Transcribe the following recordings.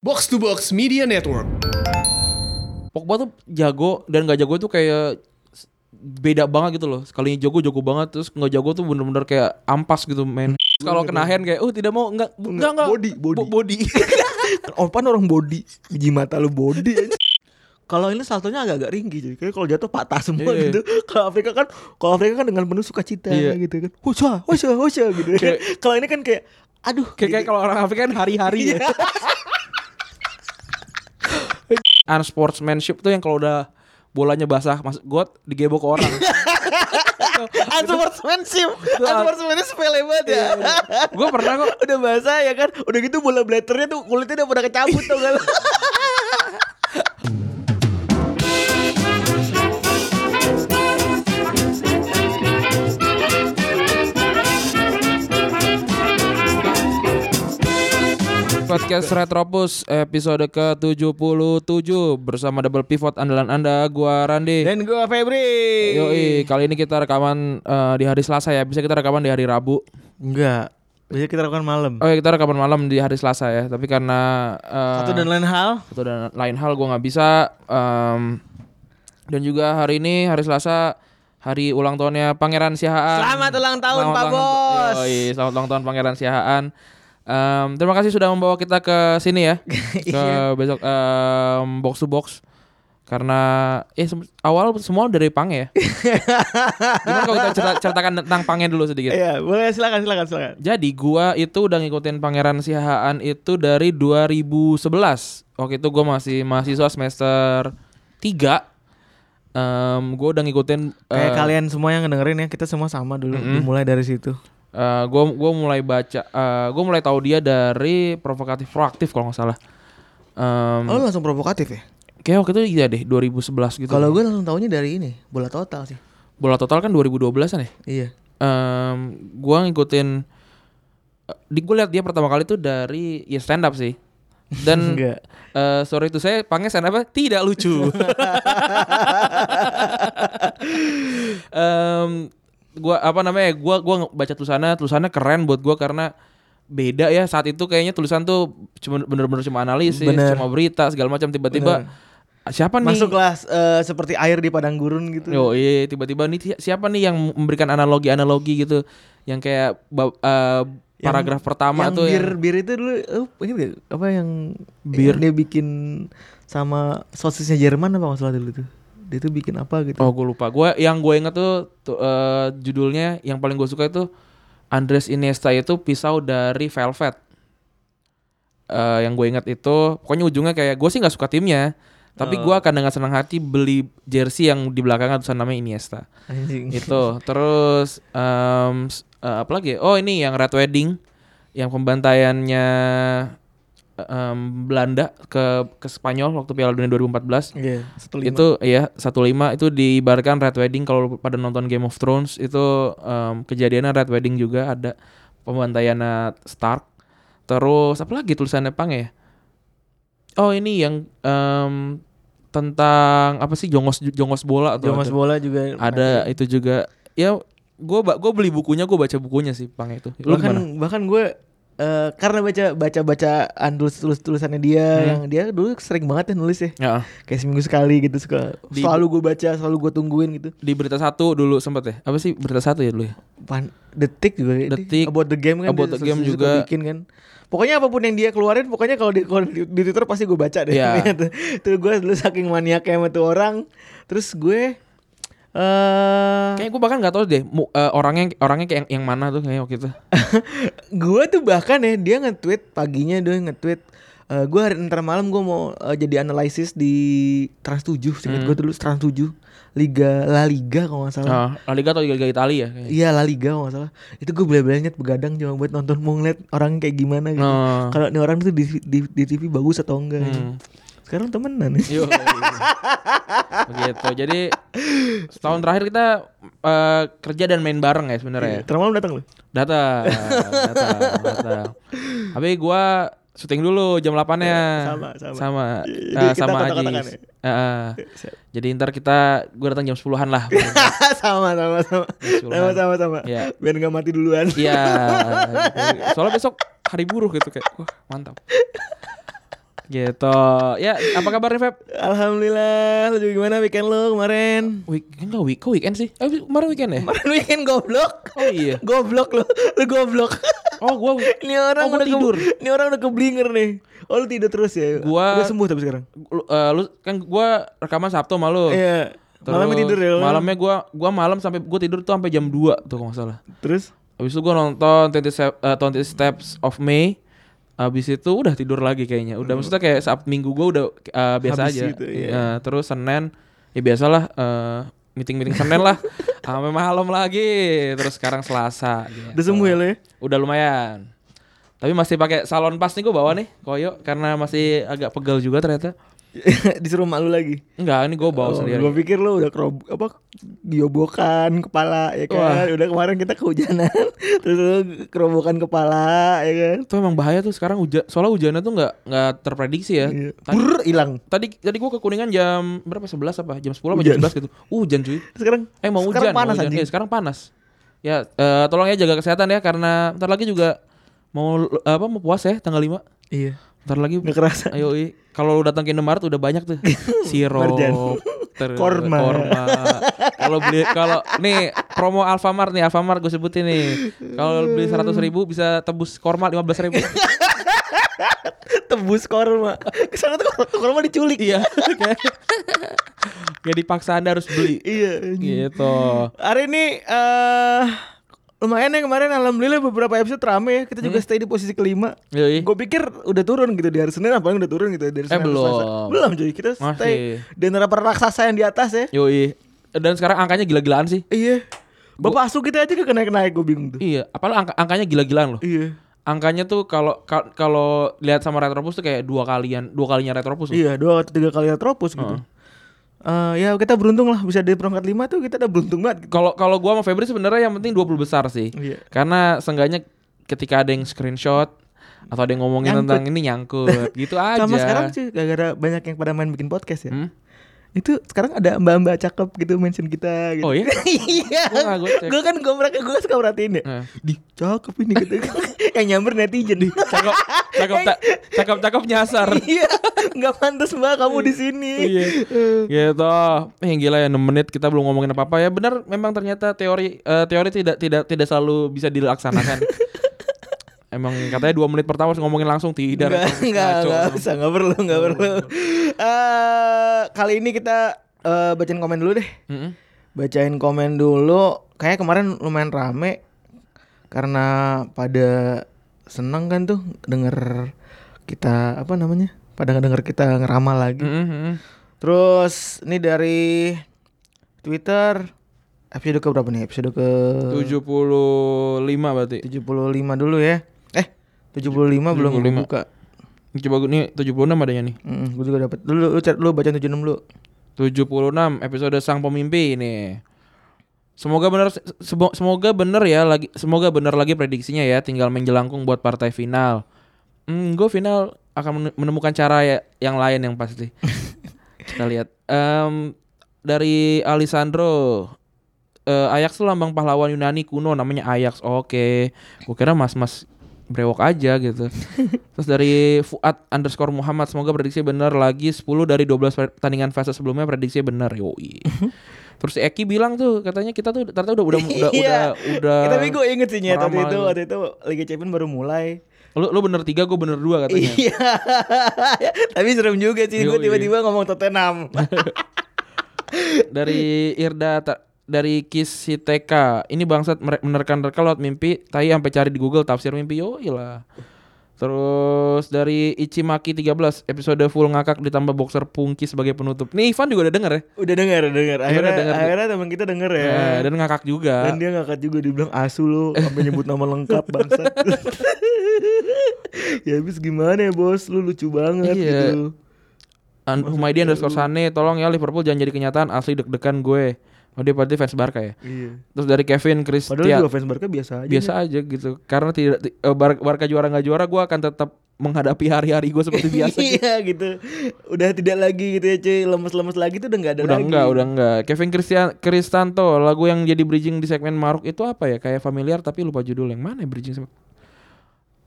Box to Box Media Network. Pogba tuh jago dan nggak jago tuh kayak s- beda banget gitu loh. Sekalinya jago jago banget terus nggak jago tuh bener-bener kayak ampas gitu men. Hmm. Kalau kena hand kayak oh tidak mau nggak bu- nggak nggak Iya, Body, body. Bo- body. Opan orang body, biji mata lu body. anjing. kalau ini saltonya agak-agak ringgi jadi kayak kalau jatuh patah semua Iya. gitu. Kalau Afrika kan kalau Afrika kan dengan penuh sukacita Iya. gitu kan. Husha, husha, husha gitu. Kayak- kalau ini kan kayak aduh kayak kayak gitu. kalau orang Afrika kan hari-hari Iya. ya. Unsportsmanship tuh yang kalau udah bolanya basah masuk got digebok ke orang. Unsportsmanship Unsportsmanship sepele banget ya Gue pernah kok Udah basah ya kan Udah gitu bola blaternya tuh Kulitnya udah pada kecabut tau gak lu? Podcast Retropus episode ke-77 bersama double pivot andalan Anda gua Randi. Dan gue Febri. Yoi, kali ini kita rekaman eh, di hari Selasa ya. Bisa kita rekaman di hari Rabu. Enggak. Biasanya kita lakukan malam. Oh, ya, kita rekaman malam di hari Selasa ya. Tapi karena eh, Satu dan lain hal. satu dan lain hal gua nggak bisa Em, dan juga hari ini hari Selasa hari ulang tahunnya Pangeran Sihaan. Selamat ulang tahun, Pak Bos. Yoi, selamat ulang tahun Pangeran Sihaan. Em, terima kasih sudah membawa kita ke sini ya. Iya. ke besok em, box to box. Karena eh sem- awal semua dari Pang ya. Gimana kalau kita cerita- ceritakan tentang Pangnya dulu sedikit? Iya, boleh silakan silakan silakan. Jadi gua itu udah ngikutin Pangeran Sihaan itu dari 2011. Waktu itu gua masih mahasiswa semester 3. Em, gua udah ngikutin Kayak eh, kalian semua yang ngedengerin ya, kita semua sama dulu dimulai dari situ. eh, gua gua mulai baca eh, gua mulai tahu dia dari provokatif proaktif kalau nggak salah. Em, Oh, lu langsung provokatif ya? kayak waktu itu iya deh 2011 gitu. Kalau gue langsung taunya dari ini, bola total sih. bola total kan 2012-an ya. Iya. Em, gua ngikutin eh, di gue lihat dia pertama kali tuh dari ya stand up sih. Dan Enggak. Eh sorry itu saya panggil stand apa tidak lucu. Em, gua apa namanya? Gua gua nge- baca tulisannya, tulisannya keren buat gua karena beda ya saat itu kayaknya tulisan tuh cuma bener-bener cuma analisis, Bener. cuma berita segala macam tiba-tiba "Ah, siapa nih? Masuklah eh, seperti air di padang gurun gitu. Yo, iya, tiba-tiba nih si- siapa nih yang memberikan analogi-analogi gitu yang kayak bab- eh, paragraf pertama yang tuh bir yang- bir itu dulu oh, ini dia, apa yang Bir. yang dia bikin sama sosisnya Jerman apa masalah dulu tuh. Dia tuh bikin apa gitu. Oh gue lupa. Gue yang gue inget tuh, tuh, eh, judulnya yang paling gue suka itu Andres Iniesta itu pisau dari Velvet. Eh, yang gue inget itu pokoknya ujungnya kayak gue sih nggak suka timnya, tapi Eh. gue akan dengan senang hati beli jersey yang di belakangnya tulisan namanya Iniesta. Anjing. itu Gitu. terus em, s- eh, apa lagi? Oh ini yang Red Wedding, yang pembantaiannya em, Belanda ke ke Spanyol waktu Piala Dunia 2014 Iya, satu lima. itu ya 15 itu diibarkan Red Wedding kalau pada nonton Game of Thrones itu em, kejadiannya Red Wedding juga ada pembantaian Stark terus apa lagi tulisannya Pang ya oh ini yang em, tentang apa sih jongos jongos bola tuh Jongos ada, bola juga ada itu juga ya gue gue beli bukunya gue baca bukunya sih Pang itu kan lu bahkan gimana? bahkan gue eh, karena baca baca bacaan tulis tulis tulisannya dia yang dia dulu sering banget ya nulis ya Hmm. Ya, kayak seminggu sekali gitu suka Di- selalu gue baca selalu gue tungguin gitu di berita satu dulu sempet ya apa sih berita satu ya dulu ya Pan, detik juga dia- Detik, about the game kan About dia the Game suka juga. bikin kan pokoknya apapun yang dia keluarin pokoknya kalau di, kalau di, di Twitter pasti gue baca deh Iya. terus gue dulu saking maniaknya sama tuh orang terus gue eh Kayaknya gue bahkan nggak tahu deh mu- eh, orangnya orangnya kayak yang, yang mana tuh kayak waktu itu. gue tuh bahkan ya dia nge-tweet paginya dia nge-tweet eh gue hari ntar malam gue mau eh, jadi analisis di Trans 7 Hmm. singkat gue dulu Trans 7 Liga La Liga kalau nggak salah Ah, La Liga atau Liga Italia ya kayaknya. Iya La Liga kalau nggak salah Itu gue bela-belanya begadang cuma buat nonton mau ngeliat orang kayak gimana gitu Oh. Hmm. Kalau nih orang tuh di, di, di TV bagus atau enggak gitu. Sekarang temenan Yo. ya Begitu. Jadi setahun terakhir kita eh, kerja dan main bareng ya sebenarnya. ya. Ntar malam datang lu Datang, datang, datang. Tapi gua syuting dulu jam 8-nya. Iya, Sama, sama. Sama, Jadi eh, kita sama Ajis. kotak-kotakan ya? Eh, eh. Jadi ntar kita gua datang jam 10-an lah. Sama sama sama Usulan. Sama sama sama Iya. Biar nggak mati duluan Iya. gitu. Soalnya besok hari buruh gitu kayak, wah mantap. Gitu. Ya, apa kabar nih, Feb? Alhamdulillah. Lu juga gimana weekend lo kemarin? Week, enggak week, kok weekend sih? Eh, kemarin weekend ya? Kemarin weekend goblok. Oh iya. Goblok lo. Lu goblok. Oh, gua week- Ini Oh, orang gua udah ke- tidur. Ini orang udah keblinger nih. Oh lu tidur terus ya. Gua- Udah sembuh tapi sekarang. lu, eh, lu- kan gua rekaman Sabtu sama lu. Iya. Terus Malamnya tidur ya. lu. Oh. Malamnya gua gua malam sampai gua tidur tuh sampai jam 2 tuh kalau nggak salah. Terus Habis itu gua nonton 20, Step- eh, 20 Steps of May. Habis itu udah tidur lagi kayaknya. Udah maksudnya kayak Sabtu Minggu gua udah eh, biasa Habis aja. gitu, Iya, iya. terus Senin ya biasalah eh, meeting-meeting Senin lah. Sampai malam lagi. Terus sekarang Selasa. gitu. udah sembuh ya lo ya? Udah lumayan. Tapi masih pakai salon pas nih gue bawa nih, koyo karena masih agak pegel juga ternyata. Disuruh malu lagi. Enggak, ini gue bawa Oh, sendiri. Gua pikir lo udah kerob apa diobokan kepala ya kan. Udah kemarin kita kehujanan terus lo kerobokan kepala ya kan. Itu emang bahaya tuh sekarang hujan. Soalnya hujannya tuh nggak nggak terprediksi ya. Iya. Tadi- Brr, hilang. Tadi tadi gue ke Kuningan jam berapa? 11 apa? Jam 10 apa Hujan. jam 11 gitu. Hujan cuy. Sekarang Eh mau sekarang hujan, mau panas hujan. anjing. Iya, sekarang panas. Ya, eh, tolong ya jaga kesehatan ya karena ntar lagi juga mau eh, apa mau puasa ya tanggal 5. Iya. Ntar lagi Nggak kerasa. Ayo, i. kalau lu datang ke Indomaret udah banyak tuh. Sirup, Marjan. ter- Korma. korma. Kalau beli kalau nih promo Alfamart nih, Alfamart gue sebutin nih. Kalau lu beli 100 ribu bisa tebus korma 15 ribu. Tebus korma. Kesana tuh kor- korma diculik. iya. kayak- Kayak dipaksa Anda harus beli. Iya. anjing. Gitu. Hari ini eh lumayan ya kemarin alhamdulillah beberapa episode rame ya. Kita juga stay di posisi kelima. Hmm. Yoi. Eh, Gue pikir udah turun gitu di hari Senin apalagi udah turun gitu dari Senin ke belum. Selasa. Belum jadi kita stay di antara para raksasa yang di atas ya. Yoi. Dan sekarang angkanya gila-gilaan sih. Iya. Bapak asuh kita aja gak naik-naik gue bingung tuh. Iya, apalagi angka- angkanya gila-gilaan loh. Iya. Angkanya tuh kalau ka- kalau lihat sama Retropus tuh kayak dua kalian, dua kalinya Retropus. loh. Iya, dua atau tiga kali atropos gitu. Eh, ya kita beruntung lah bisa di perangkat lima tuh kita udah beruntung banget gitu. Kalau kalau gua sama Febri sebenarnya yang penting 20 besar sih. Iya. Karena seenggaknya ketika ada yang screenshot atau ada yang ngomongin Nyangkut. tentang ini nyangkut gitu aja. Sama sekarang sih gara-gara banyak yang pada main bikin podcast ya. Hmm? Itu sekarang ada mbak-mbak cakep gitu mention kita gitu. Oh iya? iya. Gua nggak, gua cek. Gue kan gue mereka gue suka perhatiin ya. Eh. Di cakep ini gitu. yang nyamber netizen nih. Cakep cakep ta- cakep cakep nyasar. iya. Enggak pantas Mbak kamu di sini. Iya. gitu. Eh gila ya 6 menit kita belum ngomongin apa-apa ya. Benar memang ternyata teori eh, teori tidak tidak tidak selalu bisa dilaksanakan. Emang katanya dua menit pertama harus ngomongin langsung tidak. Enggak, Retropus enggak, ngaco. Oh, iya. enggak usah, enggak perlu, enggak perlu. Eh, kali ini kita eh, bacain komen dulu deh. Mm-mm. Bacain komen dulu. Kayaknya kemarin lumayan rame karena pada seneng kan tuh denger kita apa namanya? Pada denger kita ngeramal lagi. Mm-mm, mm-mm. Terus ini dari Twitter episode ke berapa nih? Episode ke 75 berarti. 75 dulu ya. Eh, 75, belum 75. buka. Coba gue nih 76 adanya nih. Mm, gue juga dapat. Lu lu, cat- lu baca 76 dulu. 76 episode sang pemimpi nih. Semoga benar semo- semoga benar ya lagi semoga benar lagi prediksinya ya tinggal menjelangkung buat partai final. Hmm, gue final akan mene- menemukan cara ya, yang lain yang pasti. Kita lihat. Em, dari Alessandro Eh, Ajax tuh lambang pahlawan Yunani kuno namanya Ajax. Oke. Gue kira mas-mas brewok aja gitu. Terus dari Fuad underscore Muhammad semoga prediksi benar lagi 10 dari 12 pertandingan fase sebelumnya prediksi benar. Yoi. Terus si Eki bilang tuh katanya kita tuh ternyata udah udah udah Iya. udah, udah Tapi gue inget sih nyet waktu meramal itu gitu. waktu itu Liga Champions baru mulai. lu, lu bener tiga gue bener dua katanya. Iya. Tapi serem juga sih gue Yoi. tiba-tiba ngomong Tottenham. dari Irda Ta- dari Kisiteka ini bangsat mere- menerka-nerka lewat mimpi tai sampai cari di Google tafsir mimpi yo lah terus dari Ichimaki 13 episode full ngakak ditambah boxer pungki sebagai penutup nih Ivan juga udah denger ya Udah dengar, denger. Akhirnya denger? akhirnya teman kita denger ya. Eh, dan ngakak juga Dan dia ngangkat juga dibilang asu lo sampai nyebut nama lengkap bangsa. ya habis gimana ya bos, lu lucu banget Iya. gitu. An- Humaydi underscore Sane tolong ya Liverpool jangan jadi kenyataan asli deg-degan gue oh dia berarti fans Barca ya Iya. terus dari Kevin Padahal Christian juga fans Barca biasa aja. biasa aja gitu karena tidak ti- eh, Bar- Barca juara nggak juara gue akan tetap menghadapi hari-hari gue seperti biasa gitu. iya gitu. Udah tidak lagi gitu ya cuy, lemes-lemes lagi tuh udah nggak ada Udah lagi. enggak, udah enggak. Kevin Christian Kristanto, lagu yang jadi bridging di segmen Maruk itu apa ya? Kayak familiar tapi lupa judul yang mana ya bridging sama-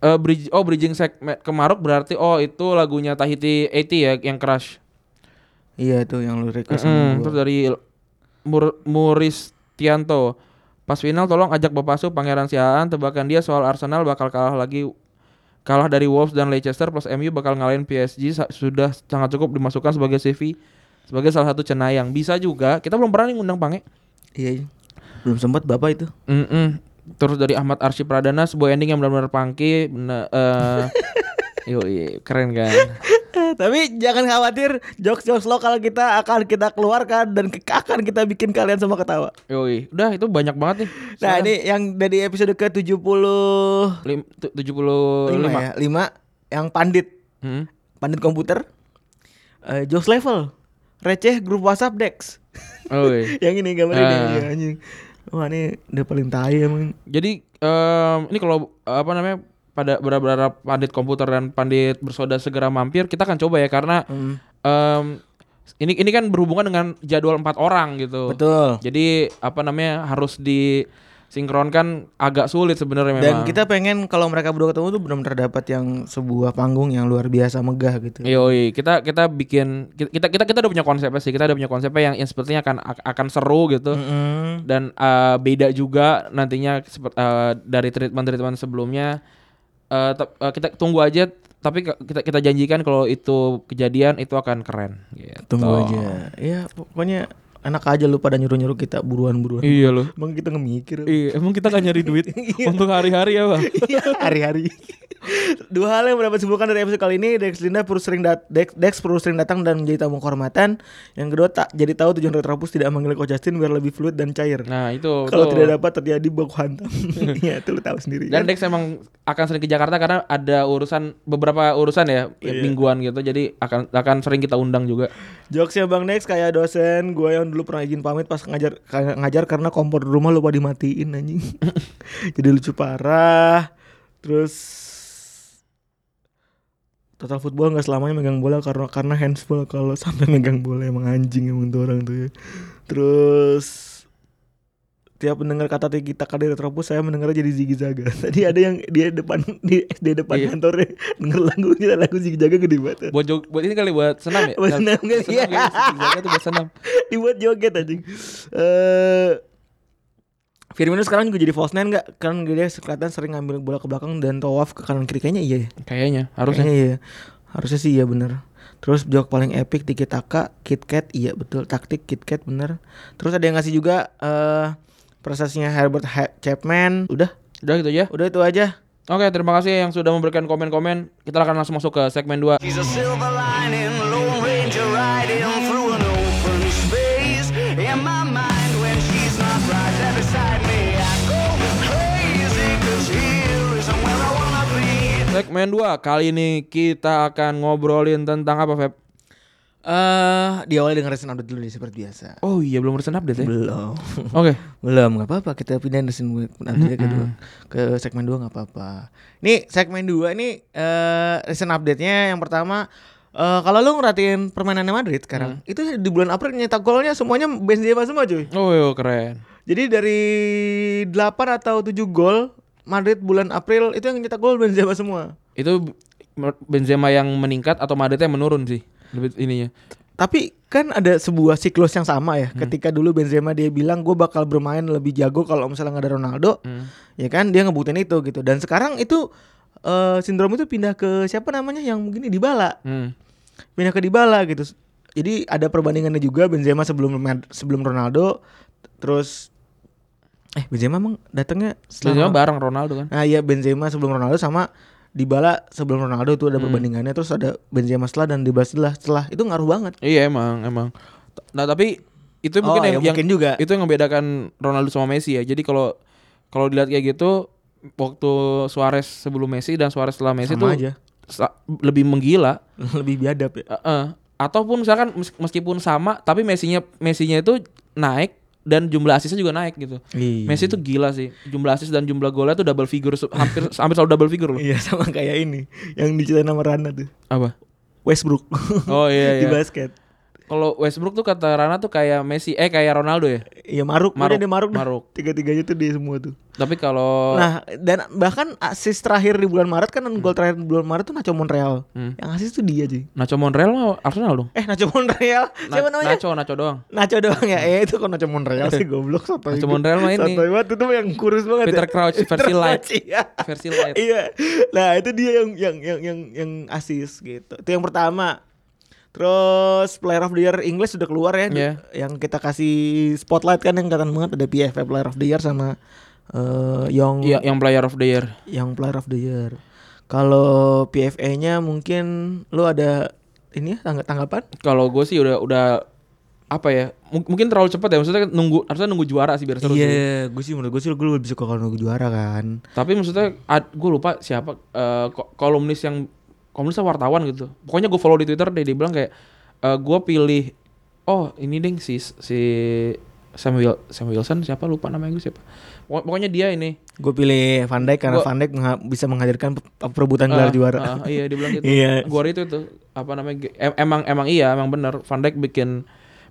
Eh, bridge, oh bridging segmen ke Marok berarti oh itu lagunya Tahiti 80 ya yang crush. Iya tuh yang lu Mm, request sama terus gua. dari Mur Muris Tianto. Pas final tolong ajak Bapak Su Pangeran Siaan tebakan dia soal Arsenal bakal kalah lagi kalah dari Wolves dan Leicester plus MU bakal ngalahin PSG sa- sudah sangat cukup dimasukkan sebagai CV sebagai salah satu cenayang. Bisa juga. Kita belum pernah nih ngundang Pange. Iya. iya. Belum sempat Bapak itu. Mm-mm. Terus dari Ahmad Arsy Pradana sebuah ending yang benar-benar pangki bener, eh, yoi, keren kan. Tapi jangan khawatir, jokes-jokes lokal kita akan kita keluarkan dan ke- akan kita bikin kalian semua ketawa. Yoi. Udah itu banyak banget nih. Nah, Silakan. ini yang dari episode ke-75 Lim- tu- 75. ya, 5 yang pandit, Mm. pandit komputer. Eh jokes level. Receh grup WhatsApp Dex. Yoi. yang ini gambar ini Ah. iya, anjing. Wah, ini udah paling tai emang. Jadi em, ini kalau eh, apa namanya pada berharap pandit komputer dan pandit bersoda segera mampir, kita akan coba ya karena Mm. em, ini ini kan berhubungan dengan jadwal empat orang gitu. Betul. Jadi apa namanya harus disinkronkan agak sulit sebenarnya Dan memang. kita pengen kalau mereka berdua ketemu tuh benar-benar dapat yang sebuah panggung yang luar biasa megah Iya. gitu. Yoi, kita kita bikin kita kita kita, kita udah punya konsepnya sih. Kita udah punya konsepnya yang, yang sepertinya akan akan seru gitu. Hmm. Mm-mm. dan eh, beda juga nantinya sepe- eh, dari treatment-treatment sebelumnya Eh, tep- eh, kita tunggu aja tapi ke- kita kita janjikan kalau itu kejadian itu akan keren gitu. Tunggu aja. Iya, pokoknya enak aja lu pada nyuruh-nyuruh kita buruan-buruan. iya loh Emang kita ngemikir iya emang kita gak nyari duit untuk hari-hari ya bang Iya, hari-hari. Dua hal yang dapat disimpulkan dari episode kali ini Dex Linda perlu sering dat Dex, Dex perlu sering datang dan menjadi tamu kehormatan. Yang kedua tak jadi tahu tujuan Retropus tidak manggil Coach Justin biar lebih fluid dan cair. nah itu Kalau betul. tidak dapat terjadi baku hantam. Iya, itu lu tahu sendiri. dan kan? Dex emang akan sering ke Jakarta karena ada urusan beberapa urusan ya Iya. mingguan gitu jadi akan akan sering kita undang juga Jokesnya ya, Bang Dex kayak dosen gue yang dulu pernah izin pamit pas ngajar kayak ngajar karena kompor di rumah lupa dimatiin anjing. Jadi lucu parah. Terus total football nggak selamanya megang bola karena karena handsball kalau sampai megang bola emang anjing emang tuh orang tuh ya. Terus tiap mendengar kata kita kali retropus saya mendengar jadi ziggy zaga tadi ada yang dia depan di SD depan Iya. kantornya denger lagu kita lagu ziggy zaga gede banget buat jog- buat ini kali buat senam ya Buat senam kali, iya. kali, zigzagnya tuh buat senam dibuat joget anjing. Eh Firmino sekarang juga jadi false nine gak? Kan dia kelihatan sering ngambil bola ke belakang dan tawaf ke kanan kiri kayaknya iya ya. kayaknya harusnya Kayaknya iya. Harusnya sih iya bener Terus jok paling epic Tiki Taka, Kit Kat, iya betul taktik Kit Kat bener. Terus ada yang ngasih juga eh prestasinya Herbert Ha- Chapman. Udah, udah gitu aja udah itu aja. Oke, terima kasih yang sudah memberikan komen-komen. Kita akan langsung masuk ke segmen 2. He's a silver lining, Lone Ranger riding through an open space. In my mind, when she's not right there beside me, I go crazy, cause here is where I wanna be. Segmen 2 kali ini kita akan ngobrolin tentang apa, Feb? Eh di awal dengerin sound update dulu deh seperti biasa. Oh iya, belum recent update ya. Oke. Belum. Belum, nggak apa-apa. Kita pindahin dari segmen update kedua ke segmen dua nggak apa-apa. Nih segmen dua ini eh recent update-nya yang pertama eh kalau lu ngerhatiin permainannya Madrid sekarang, itu di bulan April nyetak golnya semuanya Benzema semua cuy. Oh iya, keren. Jadi dari 8 atau 7 gol Madrid bulan April itu yang nyetak gol Benzema semua. Itu Benzema yang meningkat atau Madrid yang menurun sih? Lebih ininya. Tapi kan ada sebuah siklus yang sama ya. Ketika dulu Benzema dia bilang gue bakal bermain lebih jago kalau misalnya nggak ada Ronaldo, ya kan dia ngebuktiin itu gitu. Dan sekarang itu eh sindrom itu pindah ke siapa namanya yang mungkin Dybala, Hmm. pindah ke Dybala gitu. Jadi ada perbandingannya juga Benzema sebelum Mad- sebelum Ronaldo, terus eh Benzema emang datangnya Benzema setelah bareng Ronaldo kan. Nah iya Benzema sebelum Ronaldo sama Dybala sebelum Ronaldo itu ada perbandingannya terus ada Benzema setelah dan Dybala setelah setelah itu ngaruh banget. Iya, emang, emang. T- Nah, tapi itu mungkin Oh, yang, ya, mungkin yang- juga. itu yang membedakan Ronaldo sama Messi ya. Jadi kalau kalau dilihat kayak gitu waktu Suarez sebelum Messi dan Suarez setelah Messi Sama itu aja. sa- lebih menggila. lebih biadab ya. Heeh. ataupun misalkan mes- meskipun sama tapi Messinya Messinya itu naik dan jumlah asisnya juga naik gitu. Iya. Messi itu gila sih. Jumlah asis dan jumlah golnya tuh double figure se- hampir hampir selalu double figure loh. Iya sama kayak ini yang diceritain nama Rana tuh. Apa? Westbrook. Oh iya iya. Di basket. Kalau Westbrook tuh kata Rana tuh kayak Messi eh kayak Ronaldo ya. Iya maruk, Maruk, maruk, dia maruk, Maruk. Oh. maruk. tiga-tiganya tuh dia semua tuh. Tapi kalau Nah, dan bahkan asis terakhir di bulan Maret kan gol terakhir di bulan Maret tuh Nacho Monreal. Hmm. Yang asis tuh dia, cuy. Nacho Monreal mah Arsenal dong. Eh, Nacho Monreal. Na- Siapa namanya? Nacho, Nacho doang. Nacho doang ya. Eh, itu kok Nacho Monreal sih goblok sotoy. Nacho Monreal mah ini. Sotoy banget itu yang kurus banget. ya. Peter Crouch versi Peter light. Crouch, iya. Versi light. Iya. Nah, itu dia yang yang yang yang yang asis gitu. Itu yang pertama. Terus Player of the Year English sudah keluar ya, Iya. yang kita kasih spotlight kan yang kelihatan banget ada PFF Player of the Year sama eh Young Iya, yang player of the year. yang player of the year. Kalau PFA-nya mungkin lu ada ini ya tangga- tanggapan? Kalau gue sih udah udah apa ya? mung- Mungkin terlalu cepat ya. Maksudnya nunggu harusnya nunggu juara sih biar seru. sih. gue Iya, sih menurut gue sih gue lebih suka kalau juara kan. Tapi maksudnya gue lupa siapa eh, ko- kolumnis yang kolumnisnya wartawan gitu. Pokoknya gue follow di Twitter deh dia bilang kayak eh, gue pilih oh ini ding si si Samuel Sam Wilson siapa lupa namanya gue siapa. Pokok- Pokoknya dia ini Gue pilih Van Dijk karena Gua- Van Dijk mengha- bisa menghadirkan pe- perebutan gelar Ah, juara. ah, iya dia bilang gitu. Iya. Gua hari itu itu apa namanya? ge- em- emang emang iya, emang bener Van Dijk bikin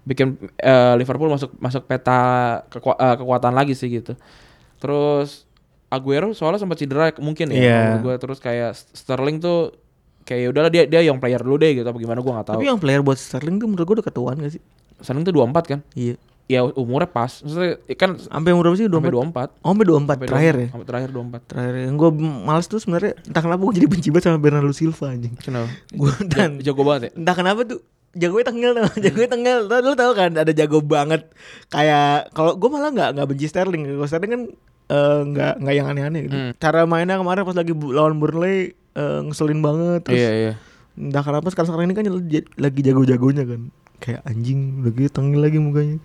bikin eh, Liverpool masuk masuk peta keku- eh, kekuatan lagi sih gitu. Terus Aguero soalnya sempat cedera mungkin ya Iya. menurut gua. terus kayak Sterling tuh kayak ya udahlah dia dia yang player dulu deh gitu apa gimana gua nggak tahu. Tapi yang player buat Sterling tuh menurut gue udah ketuaan gak sih? Sterling tuh 24 kan? Iya. Ya umurnya pas. Maksudnya kan Sampai umur berapa sih? sampai 24. 24. Oh, sampai 24 Sampai terakhir 24, ya. Sampai terakhir 24. Terakhir yang gue males tuh sebenarnya entah kenapa gue jadi benci banget sama Bernardo Silva anjing. Kenapa? Gue dan Jago banget ya. entah kenapa tuh jagonya tengil tau jagonya tengil tau lu tau kan ada jago banget kayak kalau gue malah nggak nggak benci Sterling kalau Sterling kan eh, nggak nggak yang aneh-aneh gitu Hmm. cara mainnya kemarin pas lagi bu- lawan Burnley eh, ngeselin banget terus Iya, iya. entah kenapa sekarang sekarang ini kan j- lagi jago-jagonya kan kayak anjing lagi tengil lagi mukanya